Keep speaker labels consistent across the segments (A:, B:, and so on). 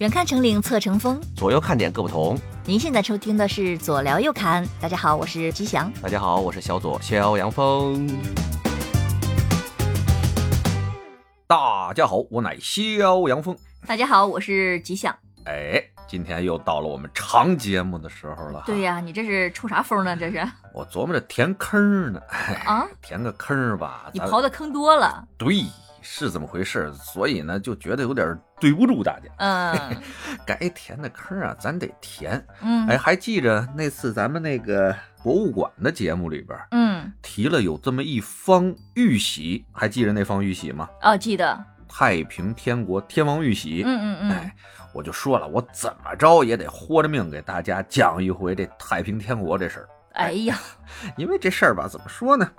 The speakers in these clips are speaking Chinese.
A: 远看成岭侧成峰，
B: 左右看点各不同。
A: 您现在收听的是左聊右侃。大家好，我是吉祥。
B: 大家好，我是小左肖阳峰。大家好，我乃肖阳峰。
A: 大家好，我是吉祥。
B: 哎，今天又到了我们长节目的时候了。
A: 对、呀、你这是出啥风呢？这是
B: 我琢磨着填坑呢， 哎，
A: 啊，
B: 填个坑儿吧。
A: 你
B: 咱
A: 刨的坑多了。
B: 对，是这么回事。所以呢，就觉得有点对不住大家。
A: 嗯
B: 该填的坑啊，咱得填。
A: 嗯，
B: 哎，还记着那次咱们那个博物馆的节目里边儿
A: 嗯，
B: 提了有这么一方玉玺，还记着那方玉玺吗？
A: 哦，记得。
B: 太平天国天王玉玺。
A: 嗯嗯嗯
B: 哎，我就说了，我怎么着也得豁着命给大家讲一回这太平天国这事儿，。
A: 哎呀
B: 因为这事儿吧，怎么说呢，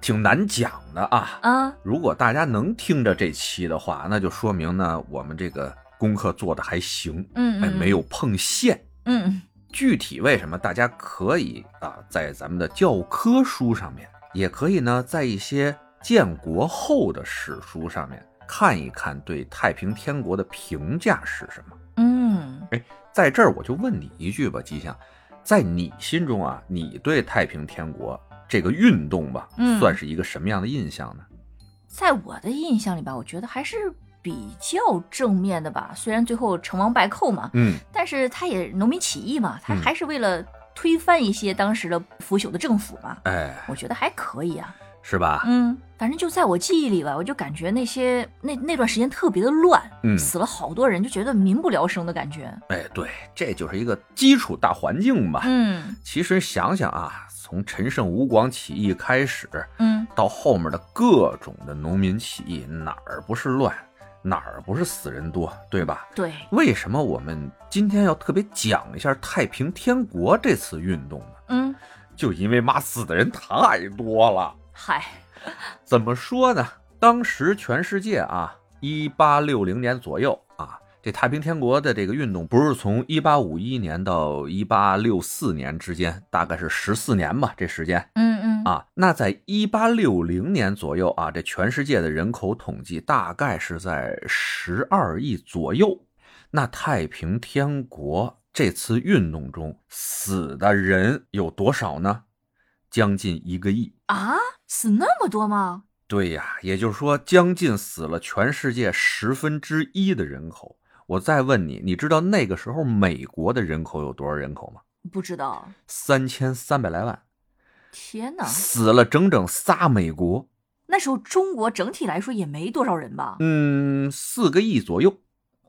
B: 挺难讲的啊。
A: 啊，
B: 如果大家能听着这期的话，那就说明呢，我们这个功课做的还行，
A: 嗯嗯，
B: 哎，
A: 嗯
B: 没有。碰线。
A: 嗯
B: 具体为什么，大家可以啊，在咱们的教科书上面，也可以呢，在一些建国后的史书上面看一看对太平天国的评价是什么。
A: 嗯，
B: 哎在这儿，我就问你一句吧，吉祥，在你心中啊，你对太平天国这个运动吧，
A: 嗯
B: 算是一个什么样的印象呢？
A: 在我的印象里吧，我觉得还是比较正面的吧。虽然最后成王败寇嘛，
B: 嗯，
A: 但是他也农民起义嘛，他
B: 嗯
A: 还是为了推翻一些当时的腐朽的政府嘛，
B: 哎，
A: 我觉得还可以啊。
B: 是吧？
A: 嗯，反正就在我记忆里吧，我就感觉那些那那段时间特别的乱，
B: 嗯
A: 死了好多人，就觉得民不聊生的感觉。
B: 哎，对，这就是一个基础大环境吧。
A: 嗯
B: 其实想想啊，从陈胜吴广起义开始，
A: 嗯
B: 到后面的各种的农民起义，哪儿不是乱，哪儿不是死人多，对吧？
A: 对，
B: 为什么我们今天要特别讲一下太平天国这次运动呢？
A: 嗯，
B: 就因为妈死的人太多了。
A: 嗨，
B: 怎么说呢？当时全世界啊，一八六零年左右啊，这太平天国的这个运动不是从一八五一年到一八六四年之间，大概是十四年吧，这时间。
A: 嗯嗯
B: 啊，那在一八六零年左右啊，这全世界的人口统计大概是在十二亿左右。那太平天国这次运动中死的人有多少呢？将近一个亿。
A: 啊，死那么多吗？
B: 对呀，也就是说，将近死了全世界十分之一的人口。我再问你，你知道那个时候美国的人口有多少人口吗？
A: 不知道，
B: 三千三百来万，
A: 天哪，
B: 死了整整仨美国。
A: 那时候中国整体来说也没多少人吧？
B: 嗯，四个亿左右，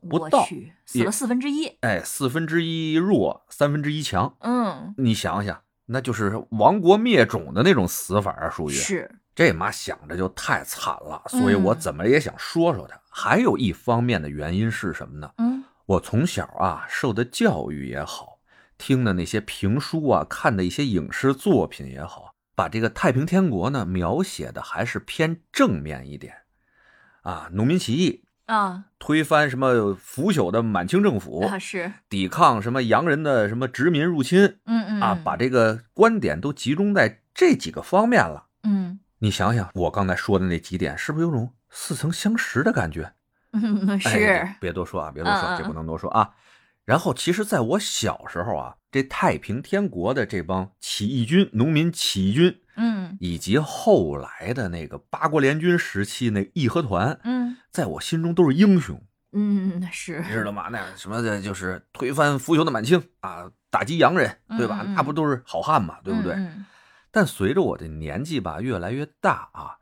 B: 不
A: 我
B: 到
A: 去，死
B: 也
A: 了四分之一。
B: 哎，四分之一弱，三分之一强。
A: 嗯，
B: 你想想，那就是亡国灭种的那种死法啊，属于
A: 是，
B: 这妈想着就太惨了，所以我
A: 嗯
B: 怎么也想说说他。还有一方面的原因是什么呢？
A: 嗯
B: 我从小啊受的教育也好，听的那些评书啊，看的一些影视作品也好，把这个太平天国呢描写的还是偏正面一点啊，农民起义
A: 啊
B: 推翻什么腐朽的满清政府，
A: 啊是，
B: 抵抗什么洋人的什么殖民入侵
A: 嗯嗯
B: 啊，把这个观点都集中在这几个方面了。
A: 嗯
B: 你想想，我刚才说的那几点，是不是有种似曾相识的感觉？
A: 嗯
B: 哎
A: 是，
B: 别多说啊，别多说，
A: 嗯嗯
B: 这不能多说啊。然后，其实在我小时候啊，这太平天国的这帮起义军、农民起义军，
A: 嗯
B: 以及后来的那个八国联军时期那义和团，
A: 嗯
B: 在我心中都是英雄。
A: 嗯
B: 你
A: 是，
B: 知道吗？那什么的，就是推翻腐朽的满清啊，打击洋人，对吧？
A: 嗯嗯嗯
B: 那不都是好汉嘛，对不对？
A: 嗯
B: 但随着我的年纪吧越来越大啊，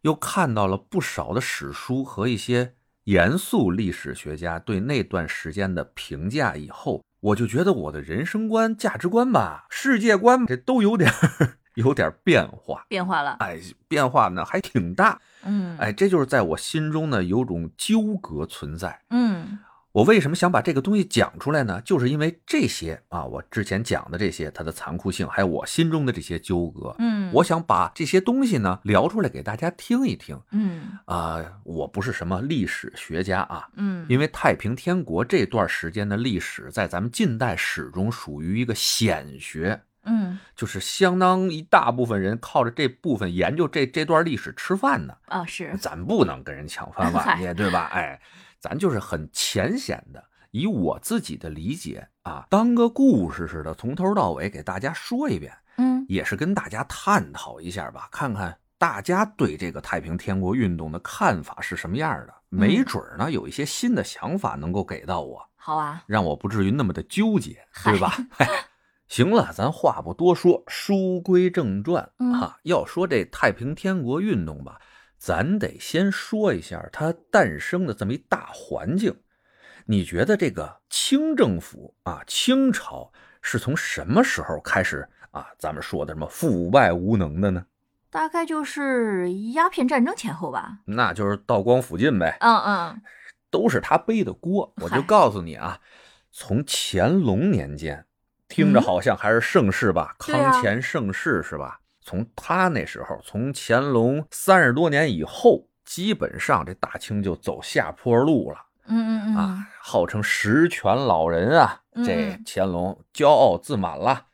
B: 又看到了不少的史书和一些严肃历史学家对那段时间的评价以后，我就觉得我的人生观、价值观吧、世界观这都有点儿 有点儿变化。
A: 变化了，
B: 哎，变化呢还挺大。
A: 嗯
B: 哎，这就是在我心中呢有种纠葛存在。
A: 嗯
B: 我为什么想把这个东西讲出来呢？就是因为这些啊，我之前讲的这些，它的残酷性，还有我心中的这些纠葛，
A: 嗯，
B: 我想把这些东西呢聊出来给大家听一听
A: 嗯
B: 啊、我不是什么历史学家啊，
A: 嗯
B: 因为太平天国这段时间的历史，在咱们近代史中属于一个显学，
A: 嗯
B: 就是相当一大部分人靠着这部分研究这这段历史吃饭呢。
A: 啊是，
B: 咱不能跟人抢饭碗去，对吧？哎，咱就是很浅显的，以我自己的理解啊，当个故事似的，从头到尾给大家说一遍，
A: 嗯
B: 也是跟大家探讨一下吧，看看大家对这个太平天国运动的看法是什么样的。没准儿呢，有一些新的想法能够给到我，
A: 好啊，
B: 让我不至于那么的纠结，对吧？嘿行了，咱话不多说，书归正传
A: 嗯
B: 啊。要说这太平天国运动吧，咱得先说一下它诞生的这么一大环境。你觉得这个清政府啊，清朝是从什么时候开始啊？咱们说的什么腐败无能的呢？
A: 大概就是鸦片战争前后吧。
B: 那就是道光附近呗，
A: 嗯嗯，
B: 都是他背的锅。我就
A: 嗨
B: 告诉你啊，从乾隆年间，听着
A: 嗯
B: 好像还是盛世吧，
A: 对啊
B: 康乾盛世是吧？从他那时候，从乾隆三十多年以后，基本上这大清就走下坡路了。
A: 嗯嗯嗯
B: 啊，号称十全老人啊，这
A: 嗯
B: 乾隆骄傲自满了。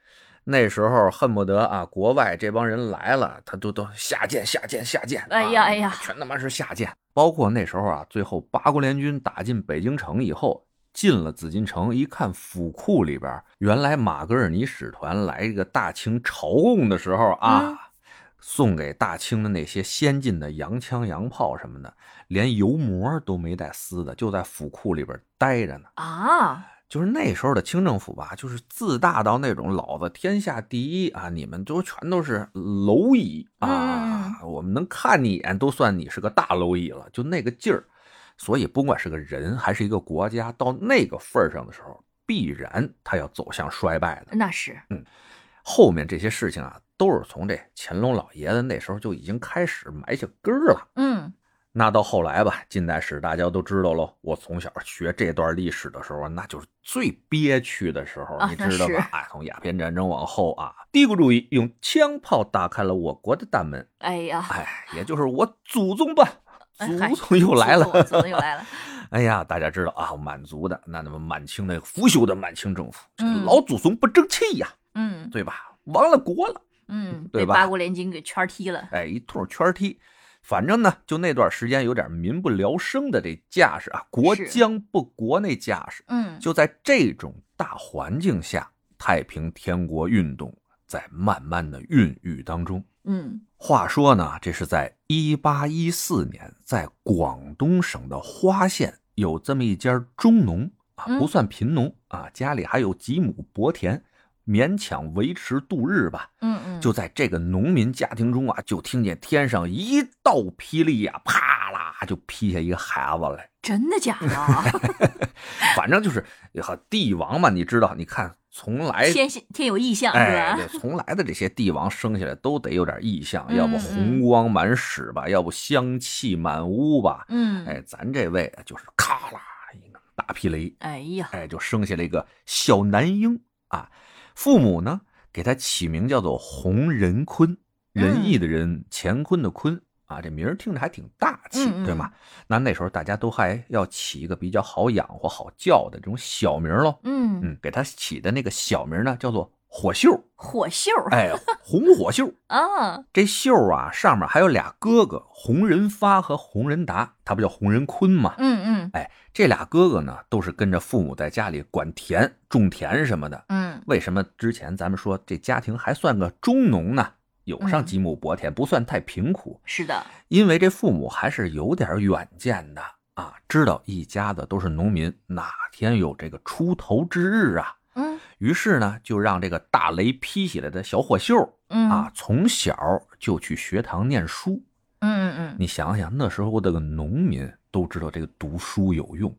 B: 那时候恨不得啊，国外这帮人来了，他都都下贱下贱下贱，
A: 哎呀
B: 啊
A: 哎呀
B: 全他妈是下贱。包括那时候啊，最后八国联军打进北京城以后，进了紫禁城，一看府库里边，原来马格尔尼使团来一个大清朝贡的时候啊，
A: 嗯
B: 送给大清的那些先进的洋枪洋炮什么的，连油膜都没带撕的，就在府库里边待着呢。
A: 啊，
B: 就是那时候的清政府吧，就是自大到那种老子天下第一啊，你们都全都是蝼蚁啊，我们能看你一眼都算你是个大蝼蚁了，就那个劲儿。所以不管是个人还是一个国家，到那个份儿上的时候，必然他要走向衰败的。
A: 那是
B: 后面这些事情啊，都是从这乾隆老爷子那时候就已经开始埋下根儿了。
A: 嗯
B: 那到后来吧，近代史大家都知道喽。我从小学这段历史的时候，那就是最憋屈的时候，
A: 啊
B: 你知
A: 那
B: 道
A: 是
B: 吧？哎，从鸦片战争往后啊，帝国主义用枪炮打开了我国的大门。
A: 哎呀，
B: 哎，也就是我祖宗吧，祖
A: 哎嗨
B: 宗又来了，
A: 祖宗祖宗又来了。
B: 哎呀，大家知道啊，满族的那那么满清的腐朽的满清政府，这
A: 嗯
B: 老祖宗不争气呀，
A: 嗯
B: 对吧？亡了国了。
A: 嗯，
B: 对
A: 被
B: 吧
A: 八国联军给圈踢了。
B: 哎，一通圈踢。反正呢，就那段时间有点民不聊生的这架势啊，国
A: 是
B: 将不国那架势。
A: 嗯，
B: 就在这种大环境下，太平天国运动在慢慢的孕育当中。
A: 嗯
B: 话说呢，这是在一八一四年，在广东省的花县有这么一家中农啊，
A: 嗯
B: 不算贫农啊，家里还有几亩薄田，勉强维持度日吧。
A: 嗯嗯，
B: 就在这个农民家庭中啊，就听见天上一道霹雳呀、啪啦就劈下一个孩子来。
A: 真的 假的？
B: 反正就是呵帝王嘛，你知道，你看从来。
A: 天信天有异象是
B: 哎，
A: 吧？
B: 对，从来的这些帝王生下来都得有点异象，要不
A: 嗯
B: 红光满室吧，要不香气满屋吧。
A: 嗯，
B: 哎，咱这位就是咔啦一个大霹雷，
A: 哎呀，
B: 哎，就生下了一个小男婴啊。父母呢，给他起名叫做洪仁坤，仁义的
A: 嗯
B: 仁，乾坤的坤啊，这名儿听着还挺大气，
A: 嗯嗯
B: 对吗？那那时候大家都还要起一个比较好养活、好叫的这种小名儿喽。
A: 嗯，
B: 嗯，给他起的那个小名儿呢，叫做火秀，
A: 火秀
B: 哎，红火秀。
A: 啊，
B: 这秀儿啊，上面还有俩哥哥，洪仁发和洪仁达，他不叫洪仁坤吗？
A: 嗯嗯
B: 哎，这俩哥哥呢，都是跟着父母在家里管田、种田什么的。
A: 嗯，
B: 为什么之前咱们说这家庭还算个中农呢？有上几亩薄田，不算太贫苦，
A: 是的，
B: 因为这父母还是有点远见的啊，知道一家子都是农民，哪天有这个出头之日啊？
A: 嗯
B: 于是呢，就让这个大雷劈起来的小火秀
A: 嗯
B: 啊，从小就去学堂念书。
A: 嗯嗯
B: 你想想，那时候的个农民都知道这个读书有用，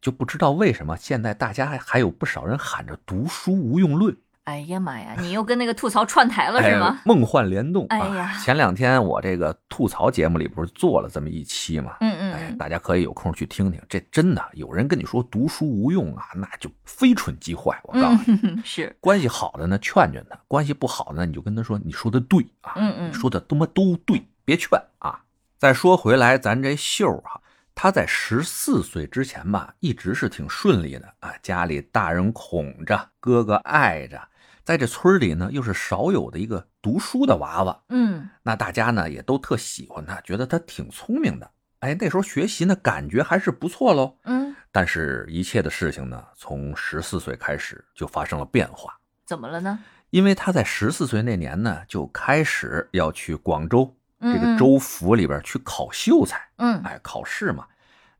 B: 就不知道为什么现在大家还还有不少人喊着“读书无用论
A: 哎呀妈呀，你又跟那个吐槽串台”，了哦
B: 哎
A: 是吗？
B: 梦幻联动。
A: 哎
B: 啊
A: 呀！
B: 前两天我这个吐槽节目里不是做了这么一期嘛？
A: 嗯嗯
B: 哎，
A: 嗯，
B: 大家可以有空去听听。这真的有人跟你说读书无用啊，那就非蠢即坏。我告诉你，
A: 嗯，是，
B: 关系好的呢劝劝他，关系不好的呢你就跟他说你说的对啊，
A: 嗯嗯，
B: 说的他妈都对，别劝啊。再说回来，咱这秀儿啊，她在十四岁之前吧，一直是挺顺利的啊，家里大人哄着，哥哥爱着，在这村里呢又是少有的一个读书的娃娃，
A: 嗯
B: 那大家呢也都特喜欢她，觉得她挺聪明的。哎，那时候学习呢感觉还是不错喽。
A: 嗯，
B: 但是，一切的事情呢，从十四岁开始就发生了变化，
A: 怎么了呢？
B: 因为他在十四岁那年呢，就开始要去广州这
A: 嗯
B: 个，州府里边去考秀才，
A: 嗯，嗯
B: 哎，考试嘛。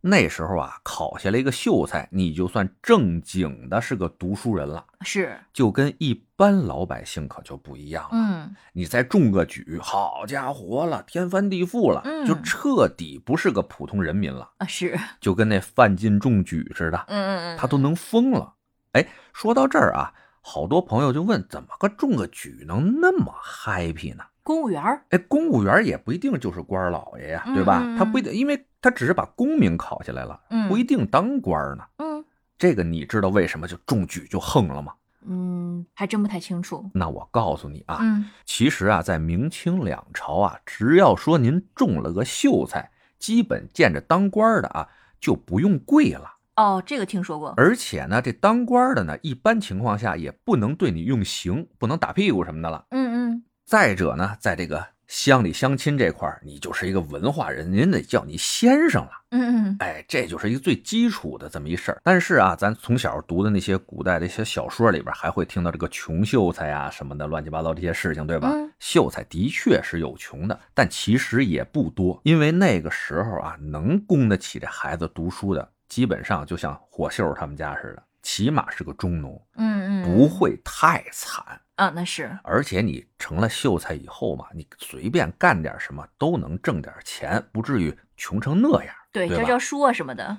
B: 那时候啊，考下来一个秀才，你就算正经的是个读书人了，
A: 是，
B: 就跟一般老百姓可就不一样了。
A: 嗯
B: 你再中个举，好家伙了，天翻地覆了，
A: 嗯
B: 就彻底不是个普通人民了，
A: 啊是，
B: 就跟那范进中举似的。
A: 嗯嗯嗯，
B: 他都能疯了。哎，说到这儿啊，好多朋友就问，怎么个中个举能那么 happy 呢？
A: 公务员儿，
B: 哎，公务员也不一定就是官老爷呀，对吧？
A: 嗯嗯嗯
B: 他不一定，因为他只是把功名考下来了，
A: 嗯
B: 不一定当官呢。
A: 嗯
B: 这个你知道为什么就中举就横了吗？
A: 嗯，还真不太清楚。
B: 那我告诉你啊，
A: 嗯
B: 其实啊，在明清两朝啊，只要说您中了个秀才，基本见着当官的啊就不用跪了。
A: 哦，这个听说过。
B: 而且呢，这当官的呢，一般情况下也不能对你用刑，不能打屁股什么的了。
A: 嗯嗯，
B: 再者呢，在这个乡里乡亲这块儿，你就是一个文化人，人得叫你先生了。
A: 嗯嗯
B: 哎，这就是一个最基础的这么一事儿。但是啊，咱从小读的那些古代的一些小说里边，还会听到这个穷秀才啊什么的乱七八糟这些事情，对吧？
A: 嗯
B: 秀才的确是有穷的，但其实也不多，因为那个时候啊，能供得起这孩子读书的，基本上就像火秀他们家似的，起码是个中农，
A: 嗯嗯，
B: 不会太惨。
A: 啊，那是，
B: 而且你成了秀才以后嘛，你随便干点什么都能挣点钱，不至于穷成那样。
A: 对，
B: 对
A: 教
B: 吧
A: 教书啊什么的。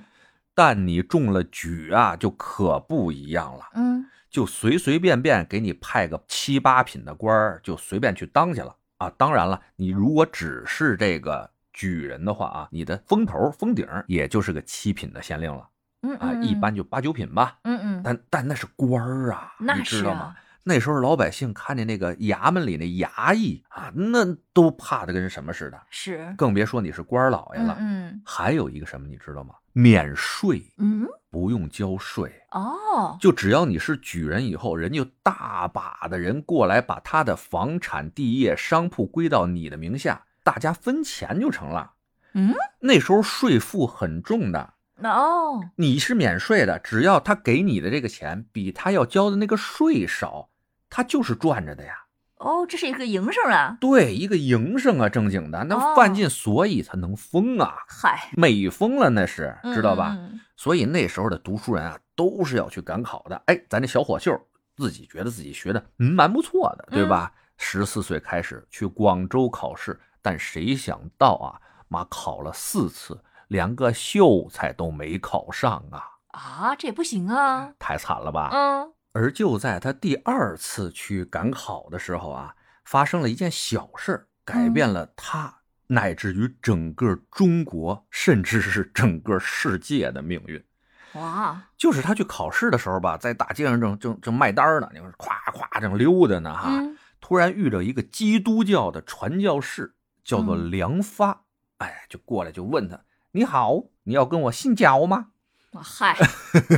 B: 但你中了举啊，就可不一样了，
A: 嗯
B: 就随随便便给你派个七八品的官儿，就随便去当去了啊。当然了，你如果只是这个举人的话啊，你的封头封顶儿也就是个七品的县令了
A: 嗯
B: 啊，
A: 嗯
B: 一般就八九品吧。
A: 嗯嗯，
B: 但但那是官儿啊，
A: 那
B: 你知
A: 是
B: 道吗
A: 啊？，
B: 那时候老百姓看见那个衙门里那衙役啊，那都怕的跟什么似的，
A: 是。
B: 更别说你是官儿老爷
A: 嗯
B: 了。
A: 嗯
B: 还有一个什么，你知道吗？免税。
A: 嗯，
B: 不用交税，
A: 哦，
B: 就只要你是举人以后，人就大把的人过来把他的房产、地业、商铺归到你的名下，大家分钱就成了。
A: 嗯，
B: 那时候税负很重的，
A: 那哦，
B: 你是免税的，只要他给你的这个钱比他要交的那个税少，他就是赚着的呀。
A: 哦，这是一个营生啊，
B: 对，一个营生啊，正经的，那
A: 哦
B: 范进所以他能疯啊，
A: 嗨，
B: 美疯了那是，知道吧？
A: 嗯？嗯嗯
B: 所以那时候的读书人啊，都是要去赶考的。哎，咱这小伙秀自己觉得自己学的嗯蛮不错的，对吧？十四、岁开始去广州考试，但谁想到啊，妈考了四次，连个秀才都没考上啊，
A: 啊，这也不行啊，
B: 太惨了吧？
A: 嗯，
B: 而就在他第二次去赶考的时候啊，发生了一件小事儿，改变
A: 嗯
B: 了他。乃至于整个中国，甚至是整个世界的命运。
A: 哇，
B: 就是他去考试的时候吧，在大街上正正正卖单儿呢，你说咵咵正溜达呢哈，
A: 嗯
B: 突然遇着一个基督教的传教士，叫做
A: 嗯
B: 梁发，哎，就过来就问他：“你好，你要跟我信教吗
A: 哇嗨，？”
B: 啊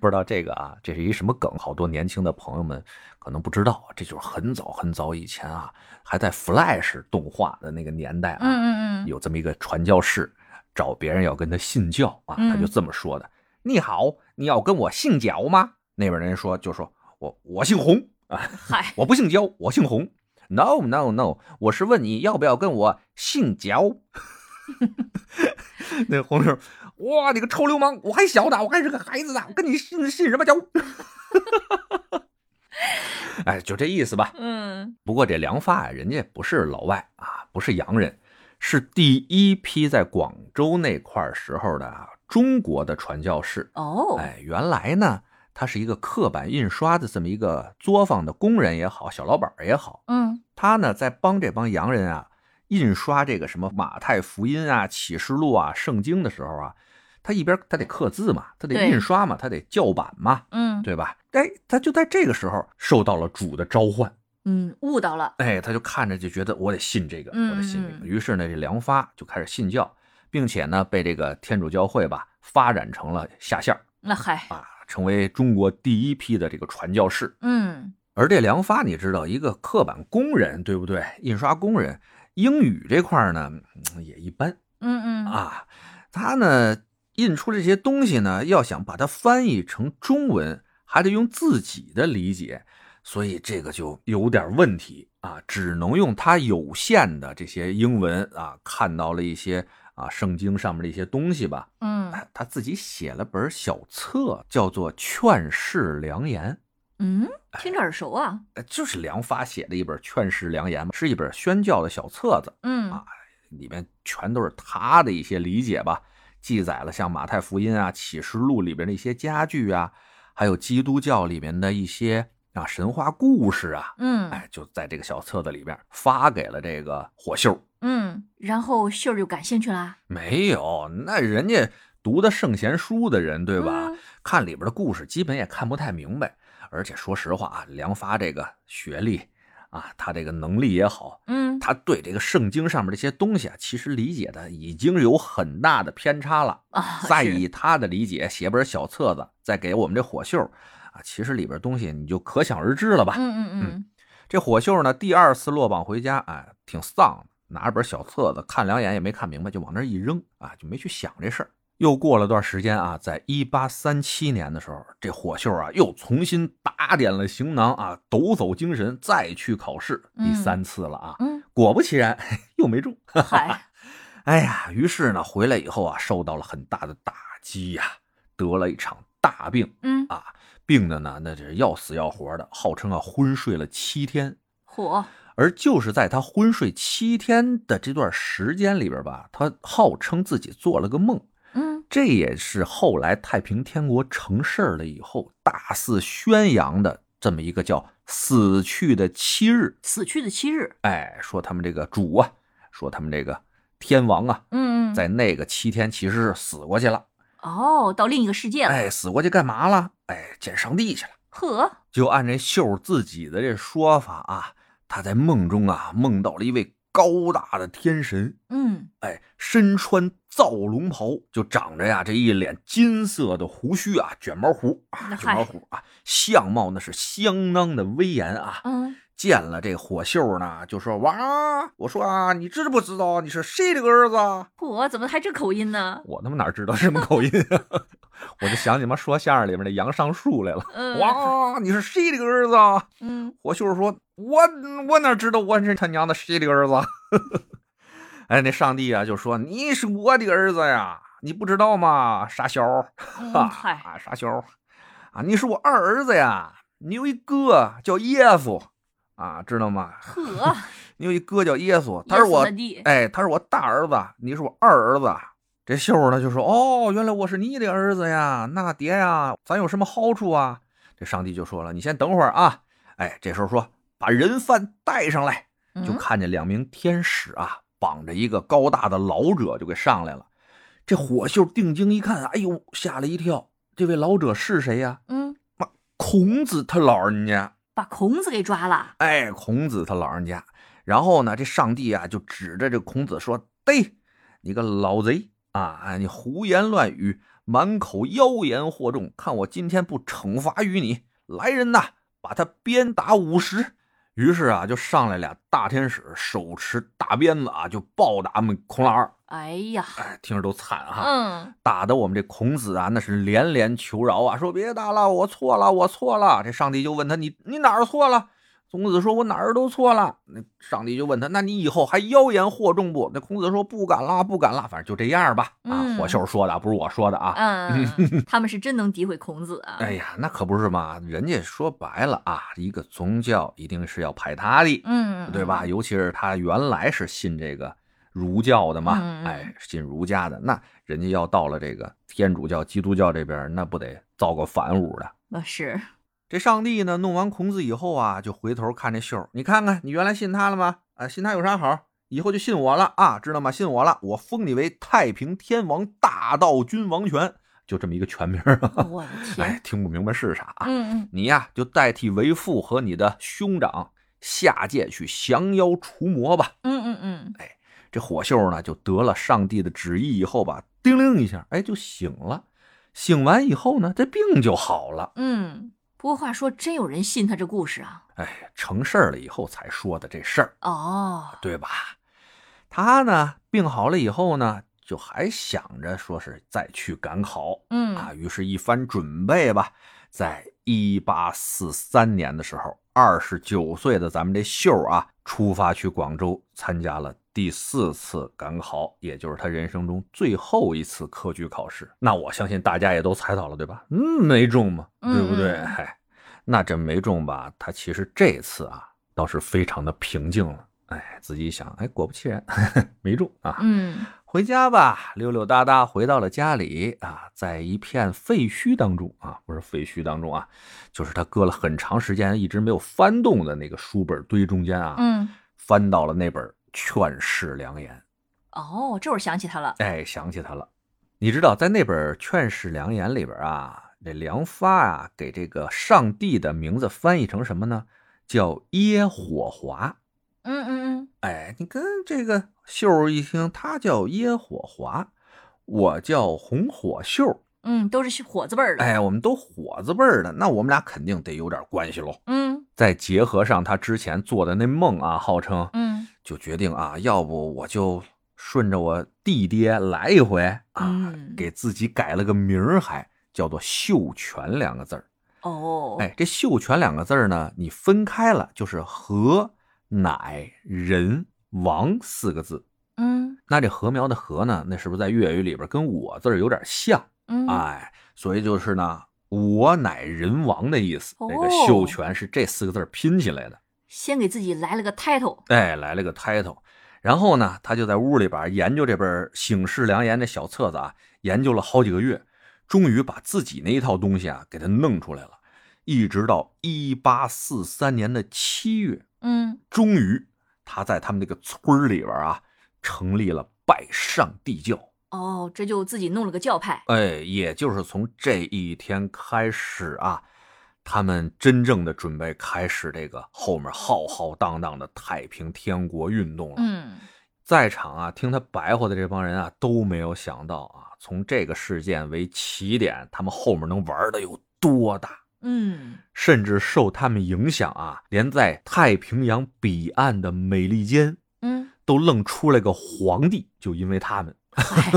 B: 不知道这个啊，这是一什么梗？好多年轻的朋友们可能不知道，啊这就是很早很早以前啊，还在 Flash 动画的那个年代啊，
A: 嗯嗯嗯，
B: 有这么一个传教士找别人要跟他信教啊，
A: 嗯
B: 他就这么说的：“你好，你要跟我信教吗？”那边人说就说：“我我姓洪啊，
A: 嗯嗨，
B: 我不姓焦，我姓洪。”No no no，我是问你要不要跟我信教。 那洪六，哇，你个臭流氓！我还小呢，我还是个孩子呢，我跟你信信什么教？ 哎，就这意思吧。
A: 嗯，
B: 不过这梁发啊，人家不是老外啊，不是洋人，是第一批在广州那块儿时候的啊中国的传教士。
A: 哦，
B: 哎，原来呢，他是一个刻板印刷的这么一个作坊的工人也好，小老板儿也好，
A: 嗯
B: 他呢在帮这帮洋人啊印刷这个什么马太福音啊、启示录啊、圣经的时候啊，他一边他得刻字嘛，他得
A: 对
B: 印刷嘛，他得校版嘛，
A: 嗯
B: 对吧？哎，他就在这个时候受到了主的召唤。
A: 嗯，悟到了，
B: 哎，他就看着就觉得我得信这个，
A: 嗯
B: 我得信这
A: 嗯
B: 个。于是呢，这梁发就开始信教，并且呢，被这个天主教会吧发展成了下线儿
A: 那嗨，
B: 啊，成为中国第一批的这个传教士。
A: 嗯
B: 而这梁发，你知道，一个刻板工人，对不对？印刷工人，英语这块儿呢嗯也一般
A: 嗯嗯
B: 啊，他呢印出这些东西呢，要想把它翻译成中文，还得用自己的理解，所以这个就有点问题啊，只能用他有限的这些英文啊，看到了一些啊圣经上面的一些东西吧。
A: 嗯
B: 哎他自己写了本小册，叫做《劝世良言》。
A: 嗯，
B: 哎
A: 听着耳熟啊。
B: 呃就是梁发写的一本《劝世良言》嘛，是一本宣教的小册子，
A: 嗯
B: 哎里面全都是他的一些理解吧，记载了像马太福音啊、启示录里边的一些佳句啊，还有基督教里面的一些啊神话故事啊，
A: 嗯
B: 哎，就在这个小册子里边发给了这个火秀。
A: 嗯，然后秀儿就感兴趣啦，
B: 没有，那人家读的圣贤书的人，对吧？
A: 嗯
B: 看里边的故事，基本也看不太明白。而且说实话啊，梁发这个学历啊，他这个能力也好，
A: 嗯
B: 他对这个圣经上面这些东西啊，其实理解的已经有很大的偏差了。
A: 啊，
B: 再
A: 是
B: 以他的理解写本小册子，再给我们这火秀啊，其实里边东西你就可想而知了吧。
A: 嗯嗯嗯
B: 这火秀呢，第二次落榜回家，哎，挺丧的，拿着本小册子看两眼也没看明白，就往那儿一扔，啊，就没去想这事儿。又过了段时间啊，在一八三七年的时候，这火秀啊又重新打点了行囊啊，抖擞精神再去考试，
A: 嗯
B: 第三次了啊，
A: 嗯，
B: 果不其然 又没中。
A: 嗨，
B: 哎呀，于是呢回来以后啊，受到了很大的打击呀、得了一场大病，
A: 嗯
B: 病的呢那这要死要活的，号称啊昏睡了七天，
A: 火，
B: 而就是在他昏睡七天的这段时间里边吧，他号称自己做了个梦，
A: 嗯
B: 这也是后来太平天国成事儿了以后大肆宣扬的这么一个叫“死去的七日
A: 死去的七日，”。
B: 哎，说他们这个主啊，说他们这个天王啊，
A: 嗯嗯，
B: 在那个七天其实是死过去了，
A: 哦，到另一个世界了，
B: 哎，死过去干嘛了？哎，见上帝去了。
A: 呵，
B: 就按这秀儿自己的这说法啊，他在梦中啊梦到了一位高大的天神。
A: 嗯
B: 哎，身穿皂龙袍，就长着呀这一脸金色的胡须啊，卷毛胡啊，
A: 那
B: 卷
A: 嗨
B: 毛胡啊，相貌那是相当的威严啊。
A: 嗯
B: 见了这火秀呢，就说哇，我说啊，你知不知道你是谁的儿子啊？
A: 火怎么还这口音呢？
B: 我他妈哪知道什么口音啊？ 我就想起妈说相声里面的杨尚树来了。
A: 嗯，
B: 哇，哦你是谁的儿子啊？
A: 嗯
B: 火秀说：“我我哪知道我是他娘的谁的儿子？” 哎，那上帝啊就说：“你是我的儿子呀，你不知道吗？傻小儿，
A: 嗯，嗨，
B: 啊，傻小儿啊，你是我二儿子呀，你有一哥叫耶稣啊，知道吗？
A: 呵，
B: 你有一哥叫耶稣，他是我
A: 耶稣的地，
B: 哎，他是我大儿子，你是我二儿子。这秀儿呢就说：“哦，原来我是你的儿子呀，那爹呀，咱有什么好处啊？”这上帝就说了：“你先等会儿啊。”哎，这时候说：“把人犯带上来。”就
A: 嗯
B: 看见两名天使啊，绑着一个高大的老者就给上来了。这火秀定睛一看，哎呦，吓了一跳，这位老者是谁呀？
A: 嗯，
B: 孔子他老人家。
A: 把孔子给抓了，
B: 哎，孔子他老人家。然后呢，这上帝啊就指着这孔子说：“嘚，你个老贼啊！你胡言乱语，满口妖言惑众，看我今天不惩罚于你！来人呐，把他鞭打五十！”于是啊，就上来俩大天使，手持大鞭子啊，就暴打我们孔老二。
A: 哎呀，
B: 哎，听着都惨哈、
A: 嗯
B: 打得我们这孔子啊，那是连连求饶啊，说别打了，我错了，我错了。这上帝就问他，你你哪儿错了？孔子说，我哪儿都错了。那上帝就问他，那你以后还妖言惑众不？那孔子说，不敢啦，不敢啦，反正就这样吧。啊
A: 嗯，
B: 火秀说的，不是我说的啊。
A: 嗯，他们是真能诋毁孔子啊，
B: 哎呀，那可不是嘛，人家说白了啊，一个宗教一定是要排他的，
A: 嗯，
B: 对吧？？尤其是他原来是信这个儒教的嘛，
A: 嗯嗯
B: 哎，信儒家的，那人家要到了这个天主教、基督教这边，那不得造个反五的？
A: 那是，
B: 这上帝呢，弄完孔子以后啊，就回头看这秀儿，你看看，你原来信他了吗？啊，信他有啥好？以后就信我了啊，知道吗？信我了，我封你为太平天王大道君王权，就这么一个全名儿。
A: 我的
B: 哎
A: 天，，
B: 听不明白是啥啊？
A: 嗯嗯
B: 你呀就代替为父和你的兄长下界去降妖除魔吧。
A: 嗯嗯嗯，
B: 哎这火秀呢就得了上帝的旨意以后吧，叮铃一下，哎就醒了。醒完以后呢，这病就好了。
A: 嗯，不过话说，真有人信他这故事啊？
B: 哎，成事儿了以后才说的这事儿，
A: 哦，
B: 对吧？他呢病好了以后呢，就还想着说是再去赶考，
A: 嗯
B: 啊，于是，一番准备吧，在一八四三年的时候，二十九岁的咱们这秀啊，出发去广州参加了第四次赶考，也就是他人生中最后一次科举考试。那我相信大家也都猜到了，对吧？嗯，没中嘛，对不对？
A: 嗯嗯
B: 嗨，那这没中吧，他其实这次啊，倒是非常的平静了。哎，自己想，哎，果不其然， 没中啊。
A: 嗯
B: 回家吧，溜溜达达回到了家里啊，在一片废墟当中啊，不是废墟当中啊，就是他搁了很长时间一直没有翻动的那个书本堆中间啊，
A: 嗯，
B: 翻到了那本《劝世良言》。
A: 哦，这会儿想起他了，
B: 哎，想起他了。你知道，在那本《劝世良言》里边啊，这梁发啊给这个上帝的名字翻译成什么呢？叫耶火华。
A: 嗯嗯
B: 哎，你跟这个秀儿一听，他叫耶火华，我叫红火秀，
A: 嗯嗯，都是火字辈儿的，
B: 哎，我们都火字辈儿的，那我们俩肯定得有点关系喽。
A: 嗯
B: 再结合上他之前做的那梦啊，号称
A: 嗯
B: 就决定啊，要不我就顺着我弟爹来一回啊，
A: 嗯
B: 给自己改了个名儿，还叫做秀全两个字儿。
A: 哦，
B: 哎，这秀全两个字儿呢，你分开了就是和、乃、人、王四个字。
A: 嗯
B: 那这禾苗的禾呢，那是不是在粤语里边跟我字儿有点像？
A: 嗯，
B: 哎，所以就是呢，我乃人王的意思。
A: 哦
B: 那个秀全是这四个字儿拼起来的。
A: 先给自己来了个 title，
B: 哎，来了个 title。然后呢，他就在屋里边研究这本《醒世良言》这小册子啊，研究了好几个月，终于把自己那一套东西啊给他弄出来了。一直到一八四三年的七月，
A: 嗯，
B: 终于他在他们那个村儿里边啊，成立了拜上帝教。
A: 哦，这就自己弄了个教派，
B: 哎，也就是从这一天开始啊，他们真正的准备开始这个后面浩浩荡荡的太平天国运动了。
A: 嗯
B: 在场啊，听他白话的这帮人啊，都没有想到啊，从这个事件为起点，他们后面能玩的有多大。
A: 嗯，
B: 甚至受他们影响啊，连在太平洋彼岸的美利坚
A: 嗯，
B: 都愣出来个皇帝，就因为他们。
A: 嗨，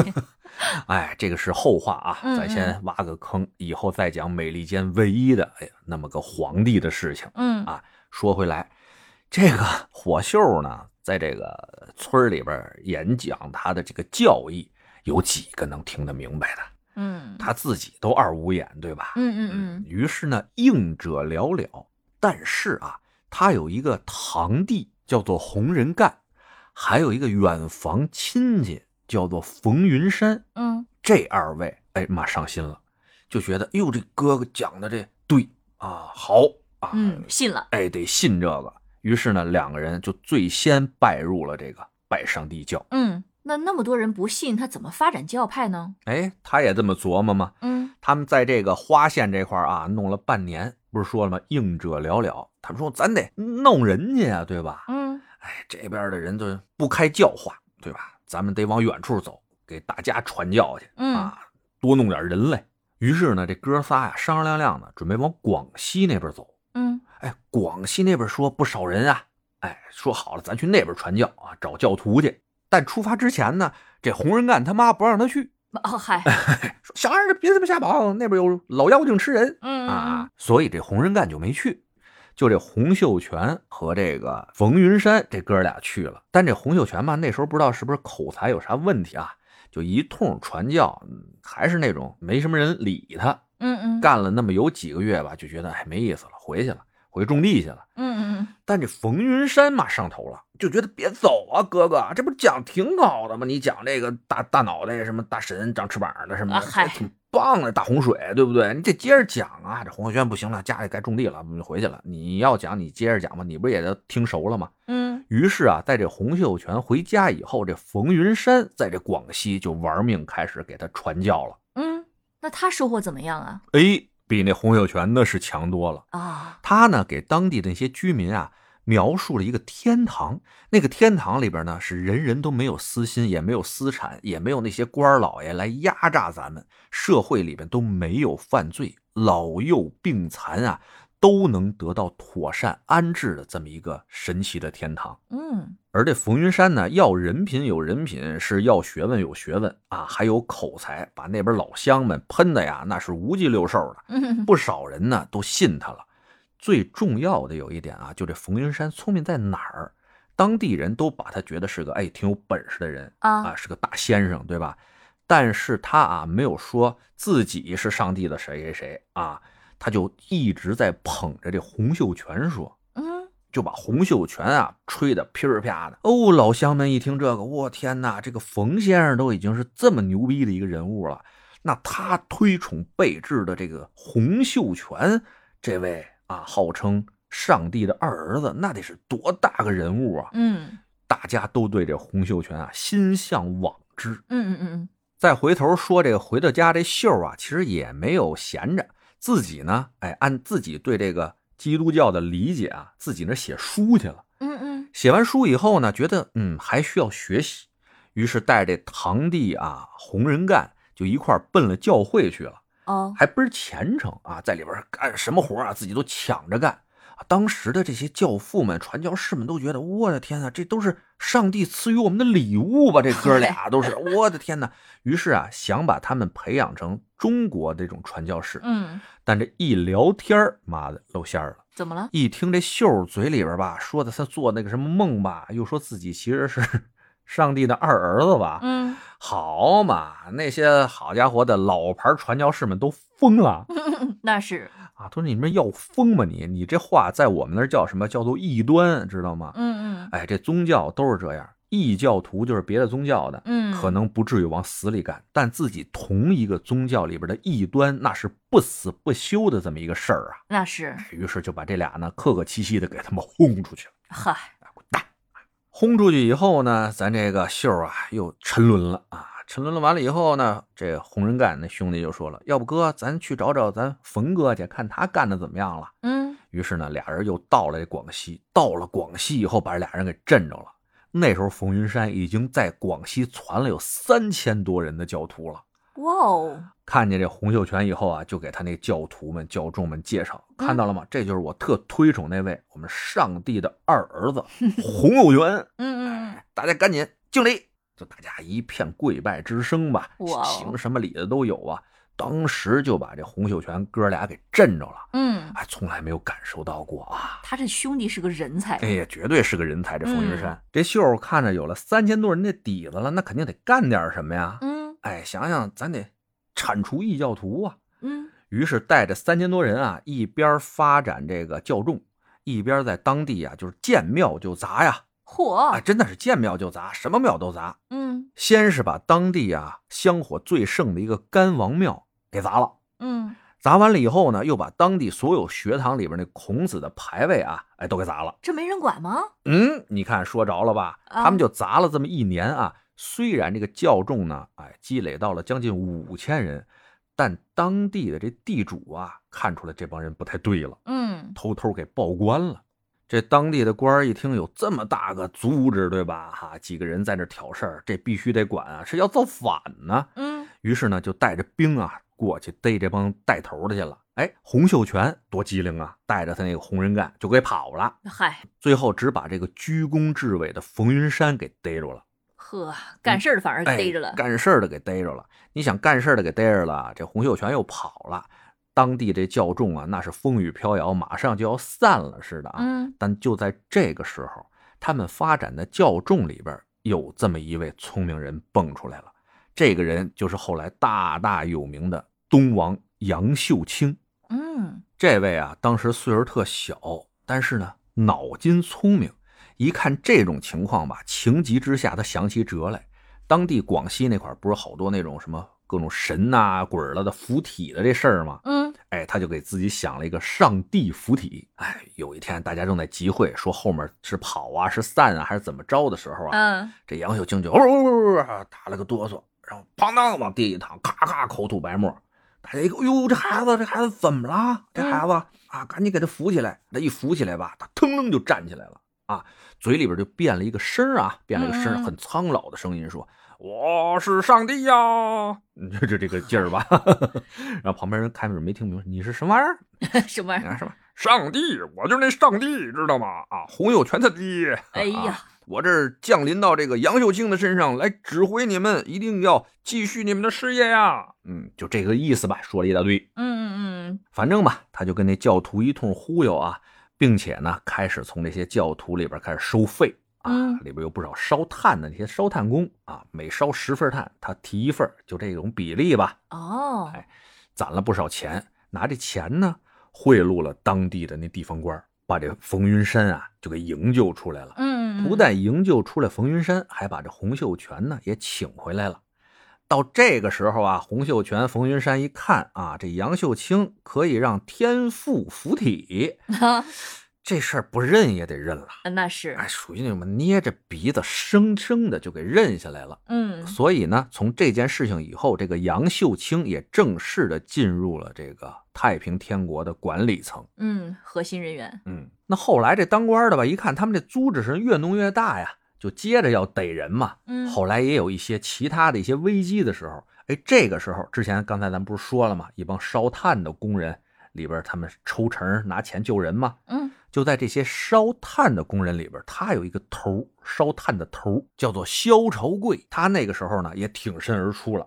B: 哎，这个是后话啊，
A: 嗯
B: 咱先挖个坑，以后再讲美利坚唯一的哎呀那么个皇帝的事情。
A: 嗯
B: 啊说回来，这个火秀呢，在这个村儿里边儿演讲他的这个教义，有几个能听得明白的？
A: 嗯，
B: 他自己都二五眼，对吧？
A: 嗯嗯
B: 于是呢，应者寥寥。但是啊，他有一个堂弟叫做洪仁干，还有一个远房亲戚叫做冯云山。
A: 嗯嗯，
B: 这二位哎妈上心了，就觉得哟这哥哥讲的这对啊好啊，
A: 嗯，信了，
B: 哎得信这个。于是呢，两个人就最先拜入了这个拜上帝教。
A: 嗯，那那么多人不信，他怎么发展教派呢？
B: 哎，他也这么琢磨吗？
A: 嗯
B: 他们在这个花县这块儿啊，弄了半年，不是说了吗？应者寥寥。他们说咱得弄人家呀，对吧？
A: 嗯
B: 哎，这边的人就不开教化，对吧？咱们得往远处走，给大家传教去。
A: 嗯
B: 啊，多弄点人来。于是呢，这哥仨呀、商量量呢，准备往广西那边走。
A: 嗯
B: 哎，广西那边说不少人啊，哎，说好了，咱去那边传教啊，找教徒去。但出发之前呢，这洪仁干他妈不让他去，
A: 哦嗨，
B: 说小孩儿别他妈瞎绑，那边有老妖精吃人
A: 嗯
B: 啊，所以这洪仁干就没去。就这洪秀全和这个冯云山这哥俩去了，但这洪秀全吧，那时候不知道是不是口才有啥问题啊，就一通传教，嗯还是那种没什么人理他。
A: 嗯嗯
B: 干了那么有几个月吧，就觉得哎没意思了，回去了，回种地去了。
A: 嗯嗯
B: 但这冯云山嘛上头了，就觉得别走啊，哥哥，这不是讲挺好的吗？你讲这个大大脑袋什么大神长翅膀的什么
A: 啊
B: 的，
A: 嗨
B: 挺棒的大洪水，对不对？你得接着讲啊。这洪秀全不行了，家里该种地了，你回去了。你要讲你接着讲吧，你不是也都听熟了吗？
A: 嗯
B: 于是啊，在这洪秀全回家以后，这冯云山在这广西就玩命开始给他传教了。
A: 嗯，那他收获怎么样啊？
B: 哎，比那洪秀全那是强多了。
A: 啊，
B: 他呢给当地的那些居民啊描述了一个天堂，那个天堂里边呢是人人都没有私心，也没有私产，也没有那些官儿老爷来压榨咱们，社会里边都没有犯罪，老幼病残啊都能得到妥善安置的这么一个神奇的天堂。
A: 嗯
B: 而这冯云山呢，要人品有人品，是要学问有学问啊，还有口才，把那边老乡们喷的呀，那是无鸡六兽的，
A: 嗯，
B: 不少人呢都信他了。最重要的有一点啊，就这冯云山聪明在哪儿，当地人都把他觉得是个哎挺有本事的人啊，
A: 啊，
B: 是个大先生，对吧？但是他啊没有说自己是上帝的谁谁谁啊，他就一直在捧着这洪秀全说，
A: 嗯
B: 就把洪秀全啊吹得噼儿啪的。哦，老乡们一听这个，我天哪，这个冯先生都已经是这么牛逼的一个人物了，那他推崇备至的这个洪秀全这位啊，号称上帝的二儿子，那得是多大个人物啊！
A: 嗯
B: 大家都对这洪秀全啊心向往之。
A: 嗯嗯
B: 再回头说这个回到家这秀啊，其实也没有闲着，自己呢，哎，按自己对这个基督教的理解啊，自己那写书去了。
A: 嗯嗯
B: 写完书以后呢，觉得嗯还需要学习，于是带这堂弟啊洪仁干就一块儿奔了教会去了，
A: 嗯，哦，
B: 还倍儿虔诚啊，在里边干什么活啊，自己都抢着干。啊当时的这些教父们、传教士们都觉得，我的天呐，这都是上帝赐予我们的礼物吧？这哥俩都是，我的天呐，于是啊，想把他们培养成中国这种传教士，
A: 嗯，
B: 但这一聊天儿妈的露馅儿了。
A: 怎么了？
B: 一听这秀儿嘴里边吧，说的他做那个什么梦吧，又说自己其实是 上帝的二儿子吧。
A: 嗯，
B: 好嘛，那些好家伙的老牌传教士们都疯了
A: 嗯那是，
B: 啊！都说你们要疯吧你？你这话在我们那儿叫什么？叫做异端，知道吗？
A: 嗯嗯
B: 哎，这宗教都是这样，异教徒就是别的宗教的，
A: 嗯，
B: 可能不至于往死里干，但自己同一个宗教里边的异端，那是不死不休的这么一个事儿啊。
A: 那是，
B: 于是就把这俩呢客客气气的给他们轰出去了。
A: 嗨，
B: 轰出去以后呢，咱这个秀啊又沉沦了啊，沉沦了完了以后呢，这洪仁干那兄弟就说了，要不哥咱去找找咱冯哥去，看他干的怎么样了。
A: 嗯
B: 于是呢，俩人又到了这广西，到了广西以后，把这俩人给震着了。那时候冯云山已经在广西传了有三千多人的教徒了。
A: 哇哦，
B: 看见这洪秀全以后啊，就给他那教徒们、教众们介绍，看到了吗？这就是我特推崇那位我们上帝的二儿子洪秀全。
A: 嗯嗯
B: 大家赶紧敬礼！就大家一片跪拜之声吧，
A: 哇哦
B: 行什么礼的都有啊。当时就把这洪秀全哥俩给震着了，
A: 嗯，
B: 哎，从来没有感受到过啊！
A: 他这兄弟是个人才，
B: 哎呀，绝对是个人才，这冯云山。
A: 嗯
B: 这秀儿看着有了三千多人的底子了，那肯定得干点什么呀？
A: 嗯
B: 哎，想想咱得铲除异教徒啊！
A: 嗯
B: 于是带着三千多人啊，一边发展这个教众，一边在当地啊就是见庙就砸
A: 啊
B: 呀！哎，
A: 嚯，
B: 真的是见庙就砸，什么庙都砸。
A: 嗯
B: 先是把当地啊香火最盛的一个干王庙给砸了，
A: 嗯，
B: 砸完了以后呢，又把当地所有学堂里边那孔子的牌位啊，哎，都给砸了。
A: 这没人管吗？
B: 嗯，你看说着了吧？
A: 啊
B: 他们就砸了这么一年啊。虽然这个教众呢，哎，积累到了将近五千人，但当地的这地主啊，看出来这帮人不太对了，
A: 嗯
B: 偷偷给报官了。这当地的官儿一听有这么大个组织，对吧？哈，几个人在这挑事儿，这必须得管啊，是要造反呢、
A: 嗯，
B: 于是呢，就带着兵啊过去逮这帮带头的去了。哎，洪秀全多机灵啊，带着他那个洪仁干就给跑了，
A: 嗨
B: 最后只把这个居功至伟的冯云山给逮住了，
A: 呵，嗯干事儿的反而
B: 哎
A: 逮着了，
B: 干事儿的给逮着了。你想干事儿的给逮着了，这洪秀全又跑了，当地这教众啊那是风雨飘摇，马上就要散了似的啊。
A: 嗯
B: 但就在这个时候，他们发展的教众里边有这么一位聪明人蹦出来了。这个人就是后来大大有名的东王杨秀清。
A: 嗯
B: 这位啊，当时岁数特小，但是呢脑筋聪明。一看这种情况吧，情急之下他想起辙来。当地广西那块儿不是好多那种什么各种神呐、鬼儿了的附体的这事儿吗？
A: 嗯
B: 哎，他就给自己想了一个上帝附体。哎，有一天大家正在集会，说后面是跑啊，是散啊，还是怎么着的时候啊，
A: 嗯，
B: 这杨秀清就哦哦哦哦打了个哆嗦，然后咣当往地一躺，咔咔口吐白沫。大家一看，哎呦，这孩子，这孩子怎么了？这
A: 嗯
B: 孩子啊，赶紧给他扶起来。这一扶起来吧，他腾楞就站起来了啊，嘴里边就变了一个声儿啊，变了一个声
A: 嗯嗯
B: 儿，
A: 嗯
B: 很苍老的声音说：“我是上帝呀、 你 这这这个劲儿吧。然后旁边人开门没听明白，你是什么玩意儿？
A: 什么玩意儿？
B: 啊，什么上帝，我就是那上帝，知道吗？啊，洪有权他爹。
A: 哎呀
B: 啊，我这儿降临到这个杨秀清的身上来指挥你们，一定要继续你们的事业呀。嗯，就这个意思吧，说了一大堆。
A: 嗯嗯
B: 反正吧，他就跟那教徒一通忽悠啊，并且呢，开始从这些教徒里边开始收费啊，
A: 嗯
B: 里边有不少烧炭的那些烧炭工啊，每烧十份炭，他提一份儿，就这种比例吧，
A: 嗯，哦，
B: 哎攒了不少钱，拿这钱呢贿赂了当地的那地方官儿，把这冯云山啊就给营救出来了。
A: 嗯，嗯
B: 不，但营救出来冯云山，还把这洪秀全呢也请回来了。到这个时候啊，洪秀全、冯云山一看啊，这杨秀清可以让天父 附体， 这事儿不认也得认了。
A: 嗯那是，
B: 哎，属于那种捏着鼻子生生的就给认下来了。
A: 嗯
B: 所以呢，从这件事情以后，这个杨秀清也正式的进入了这个太平天国的管理层。
A: 嗯，核心人员，
B: 嗯，那后来这当官的吧，一看他们这租子是越弄越大呀，就接着要逮人嘛。
A: 嗯，
B: 后来也有一些其他的一些危机的时候，哎，这个时候之前刚才咱不是说了吗？一帮烧炭的工人里边，他们抽成拿钱救人嘛。
A: 嗯
B: 就在这些烧炭的工人里边，他有一个头儿，烧炭的头儿叫做萧朝贵，他那个时候呢也挺身而出了，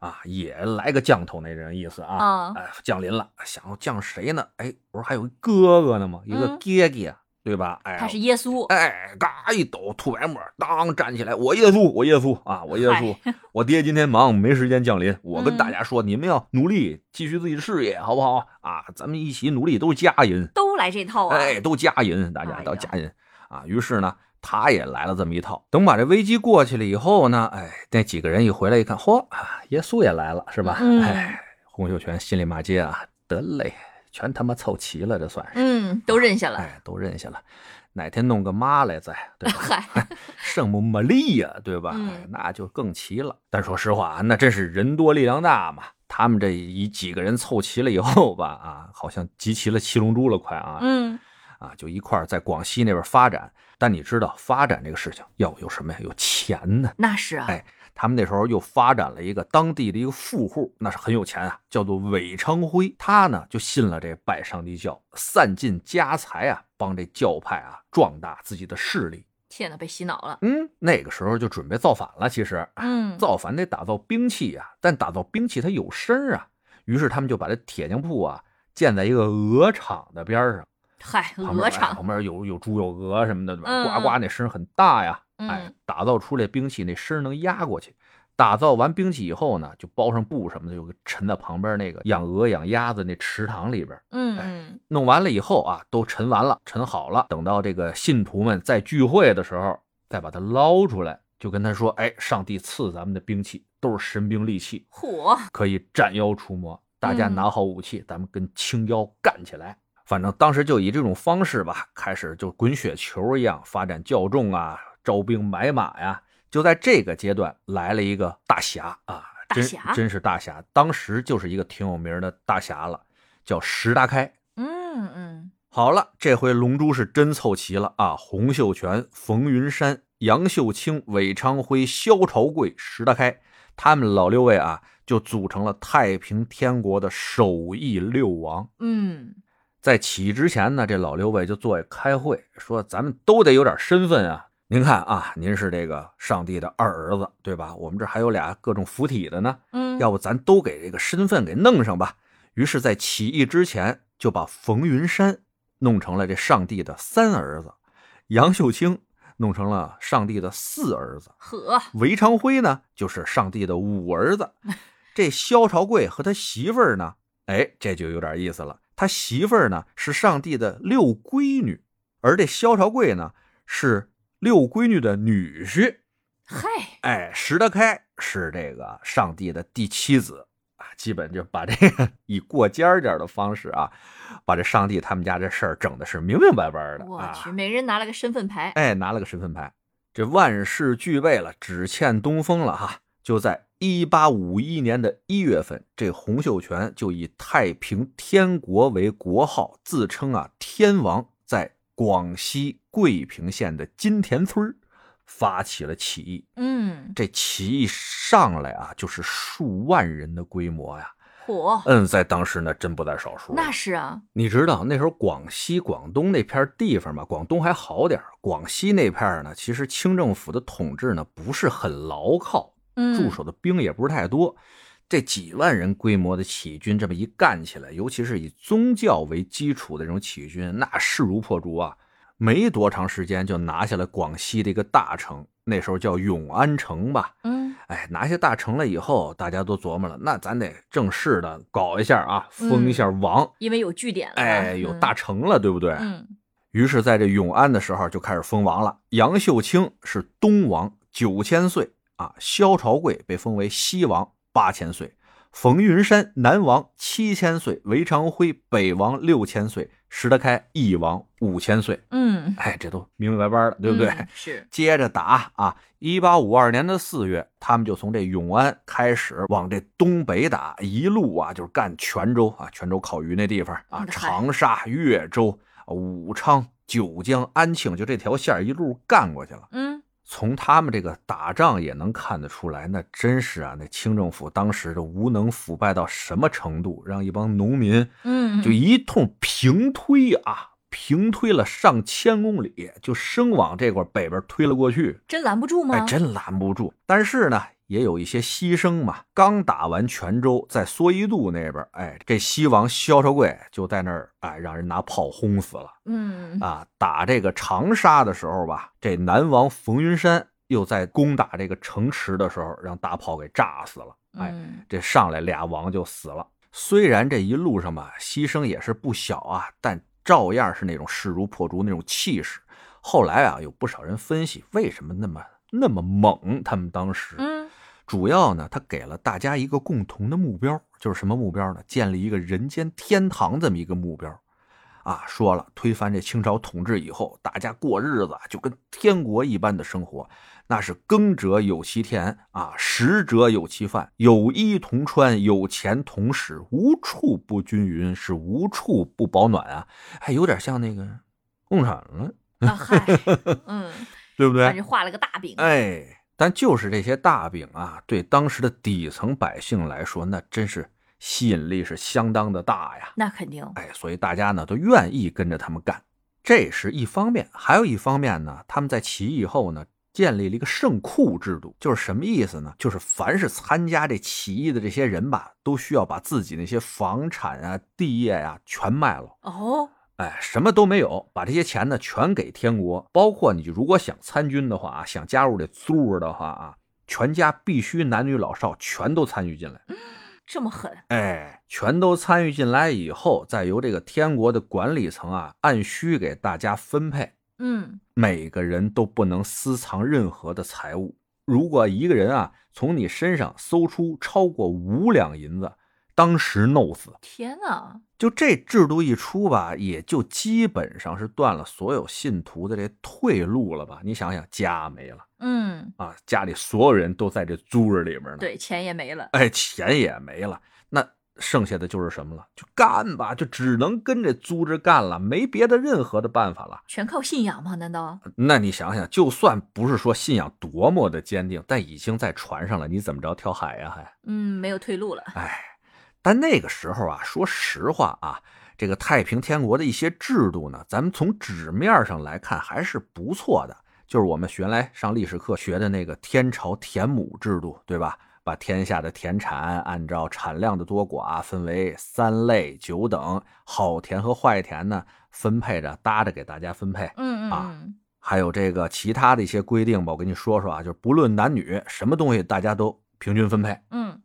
B: 啊，也来个降头那人意思啊，
A: 啊，
B: 哎，降临了，想要降谁呢？哎，不是还有一哥哥呢吗？一个
A: 嗯
B: 爹爹，对吧？哎，
A: 他是耶稣，
B: 哎，嘎一抖，吐白沫，当站起来，我耶稣，我耶稣啊，我耶稣，我爹今天忙，没时间降临。我跟
A: 嗯
B: 大家说，你们要努力，继续自己的事业，好不好啊？咱们一起努力，都是家人，
A: 都来这套啊，
B: 哎，都家人，大
A: 哎
B: 家
A: 呀
B: 都家人啊。于是呢，他也来了这么一套。等把这危机过去了以后呢，哎，那几个人一回来一看，嚯，啊耶稣也来了，是吧？
A: 嗯
B: 哎，洪秀全心里骂街啊，得嘞，全他妈凑齐了，这算是。
A: 嗯，都认下了，
B: 哎，都认下了。哪天弄个妈来再，对 吧？
A: 嗨，
B: 圣母玛利亚，对吧？
A: 嗯
B: 哎那就更齐了。但说实话啊，那真是人多力量大嘛。他们这一几个人凑齐了以后吧，啊，好像集齐了七龙珠了，快啊、
A: 嗯
B: 啊，就一块儿在广西那边发展。但你知道，发展这个事情要有什么呀？有钱呢。
A: 那是啊，
B: 哎他们那时候又发展了一个当地的一个富户，那是很有钱啊，叫做韦昌辉。他呢就信了这拜上帝教，散尽家财啊，帮这教派啊壮大自己的势力。
A: 天呐，被洗脑了，
B: 嗯，那个时候就准备造反了。其实
A: 嗯，
B: 造反得打造兵器呀、但打造兵器它有声儿啊。于是他们就把这铁匠铺啊建在一个鹅场的边儿上，
A: 嗨，
B: 旁边
A: 鹅
B: 哎
A: 场，
B: 旁边有有猪有鹅什么的，对吧？
A: 嗯
B: 呱呱那声很大呀，
A: 嗯
B: 哎，打造出来兵器那声能压过去。打造完兵器以后呢，就包上布什么的，就沉在旁边那个养鹅养鸭子那池塘里边。
A: 嗯嗯，
B: 弄完了以后啊，都沉完了，沉好了，等到这个信徒们在聚会的时候，再把它捞出来，就跟他说：“哎，上帝赐咱们的兵器都是神兵利器，
A: 火，
B: 可以斩妖除魔。大家
A: 嗯
B: 拿好武器，咱们跟青妖干起来。”反正当时就以这种方式吧，开始就滚雪球一样发展教众啊，招兵买马呀、就在这个阶段来了一个大侠啊，
A: 大
B: 真
A: 侠
B: 真是大侠，当时就是一个挺有名的大侠了，叫石达开。
A: 嗯嗯，
B: 好了，这回龙珠是真凑齐了啊！洪秀全、冯云山、杨秀清、韦昌辉、萧朝贵、石达开，他们老六位啊，就组成了太平天国的首义六王。
A: 嗯，
B: 在起义之前呢，这老六位就坐下开会，说咱们都得有点身份啊。您看啊，您是这个上帝的二儿子，对吧？我们这还有俩各种附体的呢。
A: 嗯，
B: 要不咱都给这个身份给弄上吧。于是，在起义之前，就把冯云山弄成了这上帝的三儿子，杨秀清弄成了上帝的四儿子，
A: 和，
B: 韦昌辉呢就是上帝的五儿子。这萧朝贵和他媳妇儿呢，哎，这就有点意思了。他媳妇儿呢是上帝的六闺女，而这萧朝贵呢是六闺女的女婿。
A: 嗨，
B: 哎，石德开是这个上帝的第七子啊，基本就把这个以过尖儿点儿的方式啊，把这上帝他们家这事儿整的是明明白白的
A: 我
B: 啊。
A: 去，每人拿了个身份牌，
B: 哎，拿了个身份牌，这万事俱备了，只欠东风了哈。就在一八五一年的一月份，这洪秀全就以太平天国为国号，自称啊天王，在广西桂平县的金田村儿发起了起义。
A: 嗯，
B: 这起义上来啊，就是数万人的规模呀，
A: 火，
B: 嗯，在当时那真不在少数。
A: 那是啊，
B: 你知道那时候广西、广东那片地方嘛？广东还好点儿广西那片儿呢，其实清政府的统治呢不是很牢靠，
A: 嗯，
B: 驻守的兵也不是太多。这几万人规模的起义军这么一干起来，尤其是以宗教为基础的这种起义军，那势如破竹啊！没多长时间就拿下了广西的一个大城，那时候叫永安城吧。
A: 嗯
B: 哎，拿下大城了以后，大家都琢磨了，那咱得正式的搞一下啊，封一下王。
A: 因为有据点了，
B: 哎，有大
A: 嗯
B: 成了，对不对？
A: 嗯
B: 于是，在这永安的时候就开始封王了。杨秀清是东王，九千岁啊；萧朝贵被封为西王，八千岁；冯云山南王七千岁，韦长辉北王六千岁，石德开义王五千岁。
A: 嗯，
B: 哎，这都明明白白的，对不对？
A: 嗯是，
B: 接着打啊！一八五二年的四月，他们就从这永安开始往这东北打，一路啊就是干泉州啊，泉州烤鱼那地方啊
A: 我，的嗯嗨
B: 长沙、岳州、啊武昌、九江、安庆，就这条线儿一路干过去了。
A: 嗯
B: 从他们这个打仗也能看得出来，那真是啊，那清政府当时的无能腐败到什么程度，让一帮农民
A: 嗯，
B: 就一通平推啊，平推了上千公里，就生往这块北边推了过去，
A: 真拦不住吗？
B: 哎，真拦不住。但是呢，也有一些牺牲嘛。刚打完泉州，在蓑衣渡那边，哎，这西王萧朝贵就在那儿，哎，让人拿炮轰死了
A: 嗯
B: 啊。打这个长沙的时候吧，这南王冯云山又在攻打这个城池的时候，让大炮给炸死了，哎，
A: 嗯
B: 这上来俩王就死了。虽然这一路上吧，牺牲也是不小啊，但照样是那种势如破竹那种气势。后来啊，有不少人分析为什么那么那么猛，他们当时
A: 嗯
B: 主要呢，他给了大家一个共同的目标，就是什么目标呢？建立一个人间天堂这么一个目标。啊，说了，推翻这清朝统治以后，大家过日子啊就跟天国一般的生活，那是耕者有其田啊，食者有其饭，有衣同穿，有钱同使，无处不均匀，是无处不保暖啊，还有点像那个共产了，
A: 啊嗨，嗯，
B: 对不对？
A: 反正画了个大饼，
B: 哎，但就是这些大饼啊，对当时的底层百姓来说，那真是吸引力是相当的大呀。
A: 那肯定，
B: 哎，所以大家呢都愿意跟着他们干，这是一方面。还有一方面呢，他们在起义后呢，建立了一个圣库制度，就是什么意思呢？就是凡是参加这起义的这些人吧，都需要把自己那些房产啊、地业呀、全卖了。
A: 哦，
B: 哎，什么都没有，把这些钱呢全给天国，包括你如果想参军的话啊，想加入这租儿的话啊，全家必须男女老少全都参与进来。
A: 这么狠，
B: 哎，全都参与进来以后，再由这个天国的管理层啊按需给大家分配，
A: 嗯
B: 每个人都不能私藏任何的财物。如果一个人啊从你身上搜出超过五两银子，当时弄死。
A: 天哪，
B: 就这制度一出吧，也就基本上是断了所有信徒的这退路了吧？你想想，家没了
A: 嗯，
B: 啊，家里所有人都在这租儿里面呢，，
A: 对，钱也没了，
B: 哎，钱也没了，那剩下的就是什么了？就干吧，就只能跟这租着干了，没别的任何的办法了。
A: 全靠信仰吗？难道？
B: 那你想想，就算不是说信仰多么的坚定，但已经在船上了，你怎么着跳海呀、还？
A: 嗯，没有退路了，
B: 哎，但那个时候啊，说实话啊，这个太平天国的一些制度呢，咱们从纸面上来看还是不错的，就是我们原来上历史课学的那个天朝田亩制度，对吧？把天下的田产按照产量的多寡分为三类九等，好田和坏田呢分配着搭着给大家分配。
A: 嗯嗯
B: 啊
A: 嗯，
B: 还有这个其他的一些规定吧，我跟你说说啊，就是不论男女，什么东西大家都平均分配。
A: 嗯，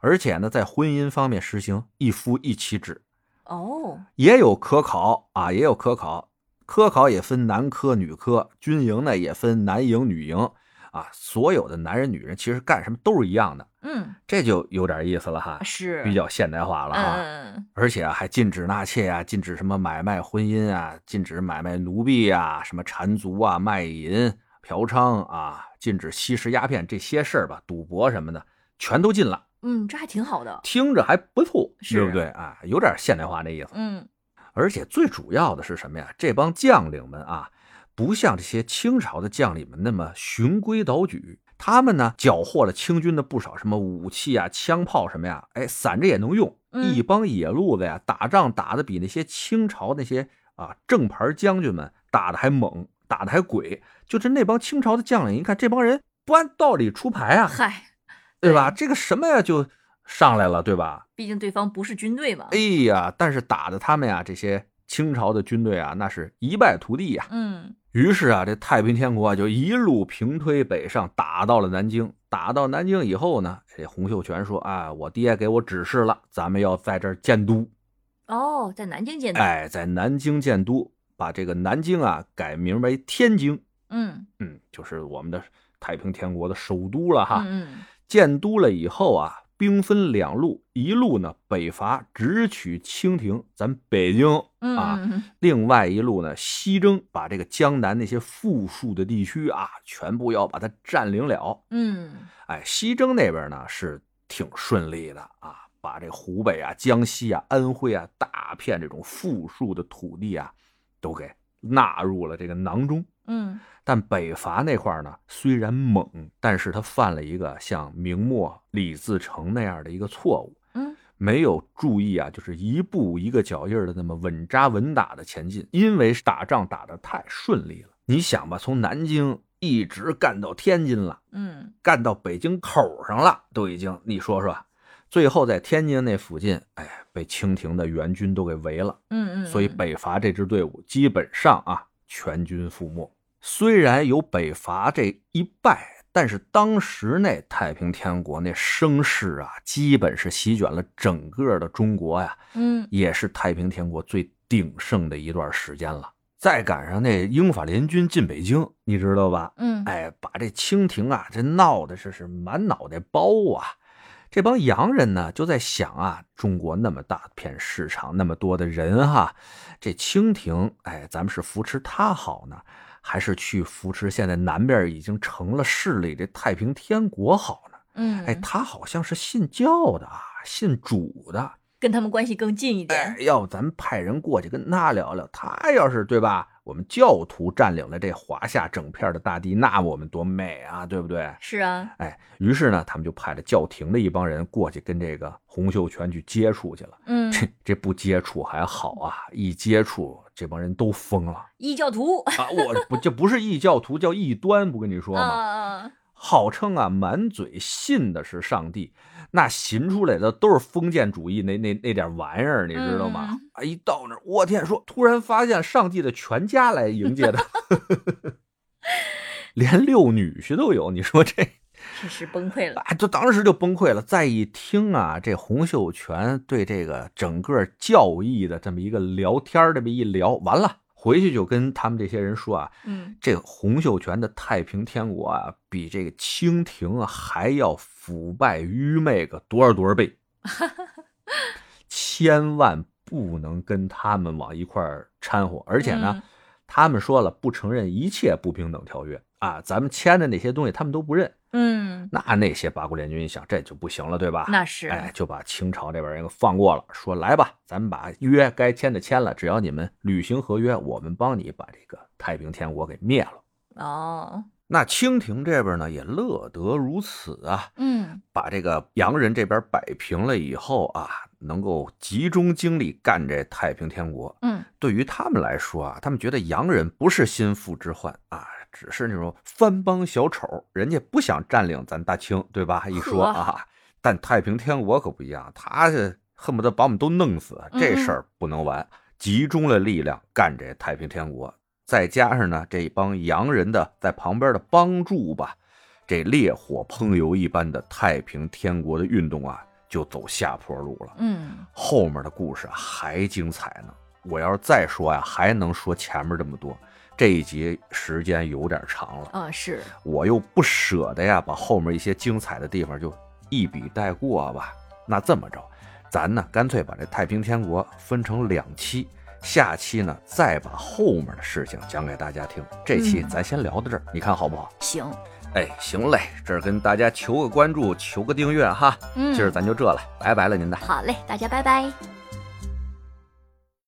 B: 而且呢，在婚姻方面实行一夫一妻制，
A: 哦，
B: 也有科考啊，也有科考，科考也分男科、女科，军营呢也分男营、女营啊，所有的男人、女人其实干什么都是一样的，
A: 嗯，
B: 这就有点意思了哈，
A: 啊是
B: 啊比，较现代化了哈。
A: 嗯嗯
B: 而且啊，还禁止纳妾啊，禁止什么买卖婚姻啊，禁止买卖奴婢啊，什么缠足啊、卖淫、嫖娼啊，禁止吸食鸦片这些事儿吧，赌博什么的全都禁了。
A: 嗯，这还挺好的，
B: 听着还不错，
A: 是
B: 对不对啊？有点现代化那意思。
A: 嗯
B: 而且最主要的是什么呀？这帮将领们啊，不像这些清朝的将领们那么循规蹈矩，他们呢缴获了清军的不少什么武器啊、枪炮什么呀，哎，散着也能用。
A: 嗯
B: 一帮野路子呀，打仗打得比那些清朝那些啊正牌将军们打的还猛，打的还鬼。就是那帮清朝的将领，一看这帮人不按道理出牌啊，
A: 嗨，
B: 对吧？这个什么呀就上来了，对吧？
A: 毕竟对方不是军队嘛
B: 哎。呀，但是打的他们呀，这些清朝的军队啊，那是一败涂地呀。
A: 嗯，
B: 于是啊，这太平天国啊就一路平推北上，打到了南京。打到南京以后呢，这洪秀全说：“啊，我爹给我指示了，咱们要在这儿建都。
A: 哦，在南京建的。
B: 哎，在南京建都，把这个南京啊改名为天京，
A: 嗯
B: 嗯，就是我们的太平天国的首都了哈。
A: 嗯
B: 建都了以后啊，兵分两路，一路呢北伐，直取清廷，咱北京；
A: 嗯
B: 啊
A: 嗯嗯
B: 另外一路呢西征，把这个江南那些富庶的地区啊，全部要把它占领了。
A: 嗯
B: 哎，西征那边呢是挺顺利的啊，把这湖北啊、江西啊、安徽啊大片这种富庶的土地啊，都给纳入了这个囊中。
A: 嗯
B: 但北伐那块儿呢，虽然猛，但是他犯了一个像明末李自成那样的一个错误，
A: 嗯
B: 没有注意啊，就是一步一个脚印儿的那么稳扎稳打的前进，因为打仗打得太顺利了。你想吧，从南京一直干到天津了，
A: 嗯
B: 干到北京口上了，都已经，你说说，最后在天津那附近，哎，被清廷的援军都给围了。
A: 嗯嗯，
B: 所以
A: 嗯
B: 北伐这支队伍基本上啊全军覆没。虽然有北伐这一败，但是当时那太平天国那声势啊，基本是席卷了整个的中国呀，
A: 嗯
B: 也是太平天国最鼎盛的一段时间了。再赶上那英法联军进北京，你知道吧？
A: 嗯
B: 哎，把这清廷啊，这闹的是是满脑袋包啊。这帮洋人呢，就在想啊，中国那么大片市场，那么多的人哈，这清廷，哎，咱们是扶持他好呢，还是去扶持现在南边已经成了势力这太平天国好呢？
A: 嗯，
B: 哎，他好像是信教的啊，信主的，
A: 跟他们关系更近一
B: 哎
A: 点。，
B: 要咱们派人过去跟他聊聊，他要是对吧？我们教徒占领了这华夏整片的大地，那我们多美啊，对不对？
A: 是啊，
B: 哎，于是呢，他们就派了教廷的一帮人过去跟这个洪秀全去接触去了。
A: 嗯，
B: 这这不接触还好啊，一接触这帮人都 疯了
A: 异教徒
B: 啊！我不这不是异教徒，叫异端，不跟你说
A: 啊
B: 吗？
A: 啊，
B: 号称啊满嘴信的是上帝，那行出来的都是封建主义那那那点玩意儿，你知道吗？
A: 嗯
B: 啊，一到那儿，我天说，突然发现上帝的全家来迎接他， 连六女婿都有，你说这
A: 真是崩溃 了。
B: 啊，就当时就崩溃了。再一听啊，这洪秀全对这个整个教义的这么一个聊天儿，这么一聊，完了回去就跟他们这些人说啊，
A: 嗯
B: 这洪秀全的太平天国啊，比这个清廷啊还要腐败愚昧个多少多少 倍，千万不能跟他们往一块儿掺和。而且呢，
A: 嗯
B: 他们说了不承认一切不平等条约啊，咱们签的那些东西他们都不认。
A: 嗯，
B: 那那些八国联军一想，这就不行了，对吧？
A: 那是
B: 哎，就把清朝这边人给放过了，说来吧，咱们把约该签的签了，只要你们履行合约，我们帮你把这个太平天国给灭了。
A: 哦，
B: 那清廷这边呢也乐得如此啊，
A: 嗯
B: 把这个洋人这边摆平了以后啊，能够集中精力干这太平天国。
A: 嗯
B: 对于他们来说啊，他们觉得洋人不是心腹之患啊，只是那种番邦小丑，人家不想占领咱大清，对吧？一说啊，但太平天国可不一样，他是恨不得把我们都弄死，
A: 嗯
B: 这事儿不能完，集中了力量干这太平天国，再加上呢这帮洋人的在旁边的帮助吧，这烈火烹油一般的太平天国的运动啊，就走下坡路了。
A: 嗯，
B: 后面的故事还精彩呢。我要是再说呀、还能说前面这么多。这一集时间有点长了，
A: 啊是，
B: 我又不舍得呀，把后面一些精彩的地方就一笔带过吧。那这么着，咱呢干脆把这太平天国分成两期，下期呢再把后面的事情讲给大家听。这期
A: 嗯
B: 咱先聊到这儿，你看好不好？
A: 行，
B: 哎，行嘞，这儿跟大家求个关注，求个订阅哈。
A: 嗯，
B: 今儿咱就这了，拜拜了您的。
A: 好嘞，大家拜拜。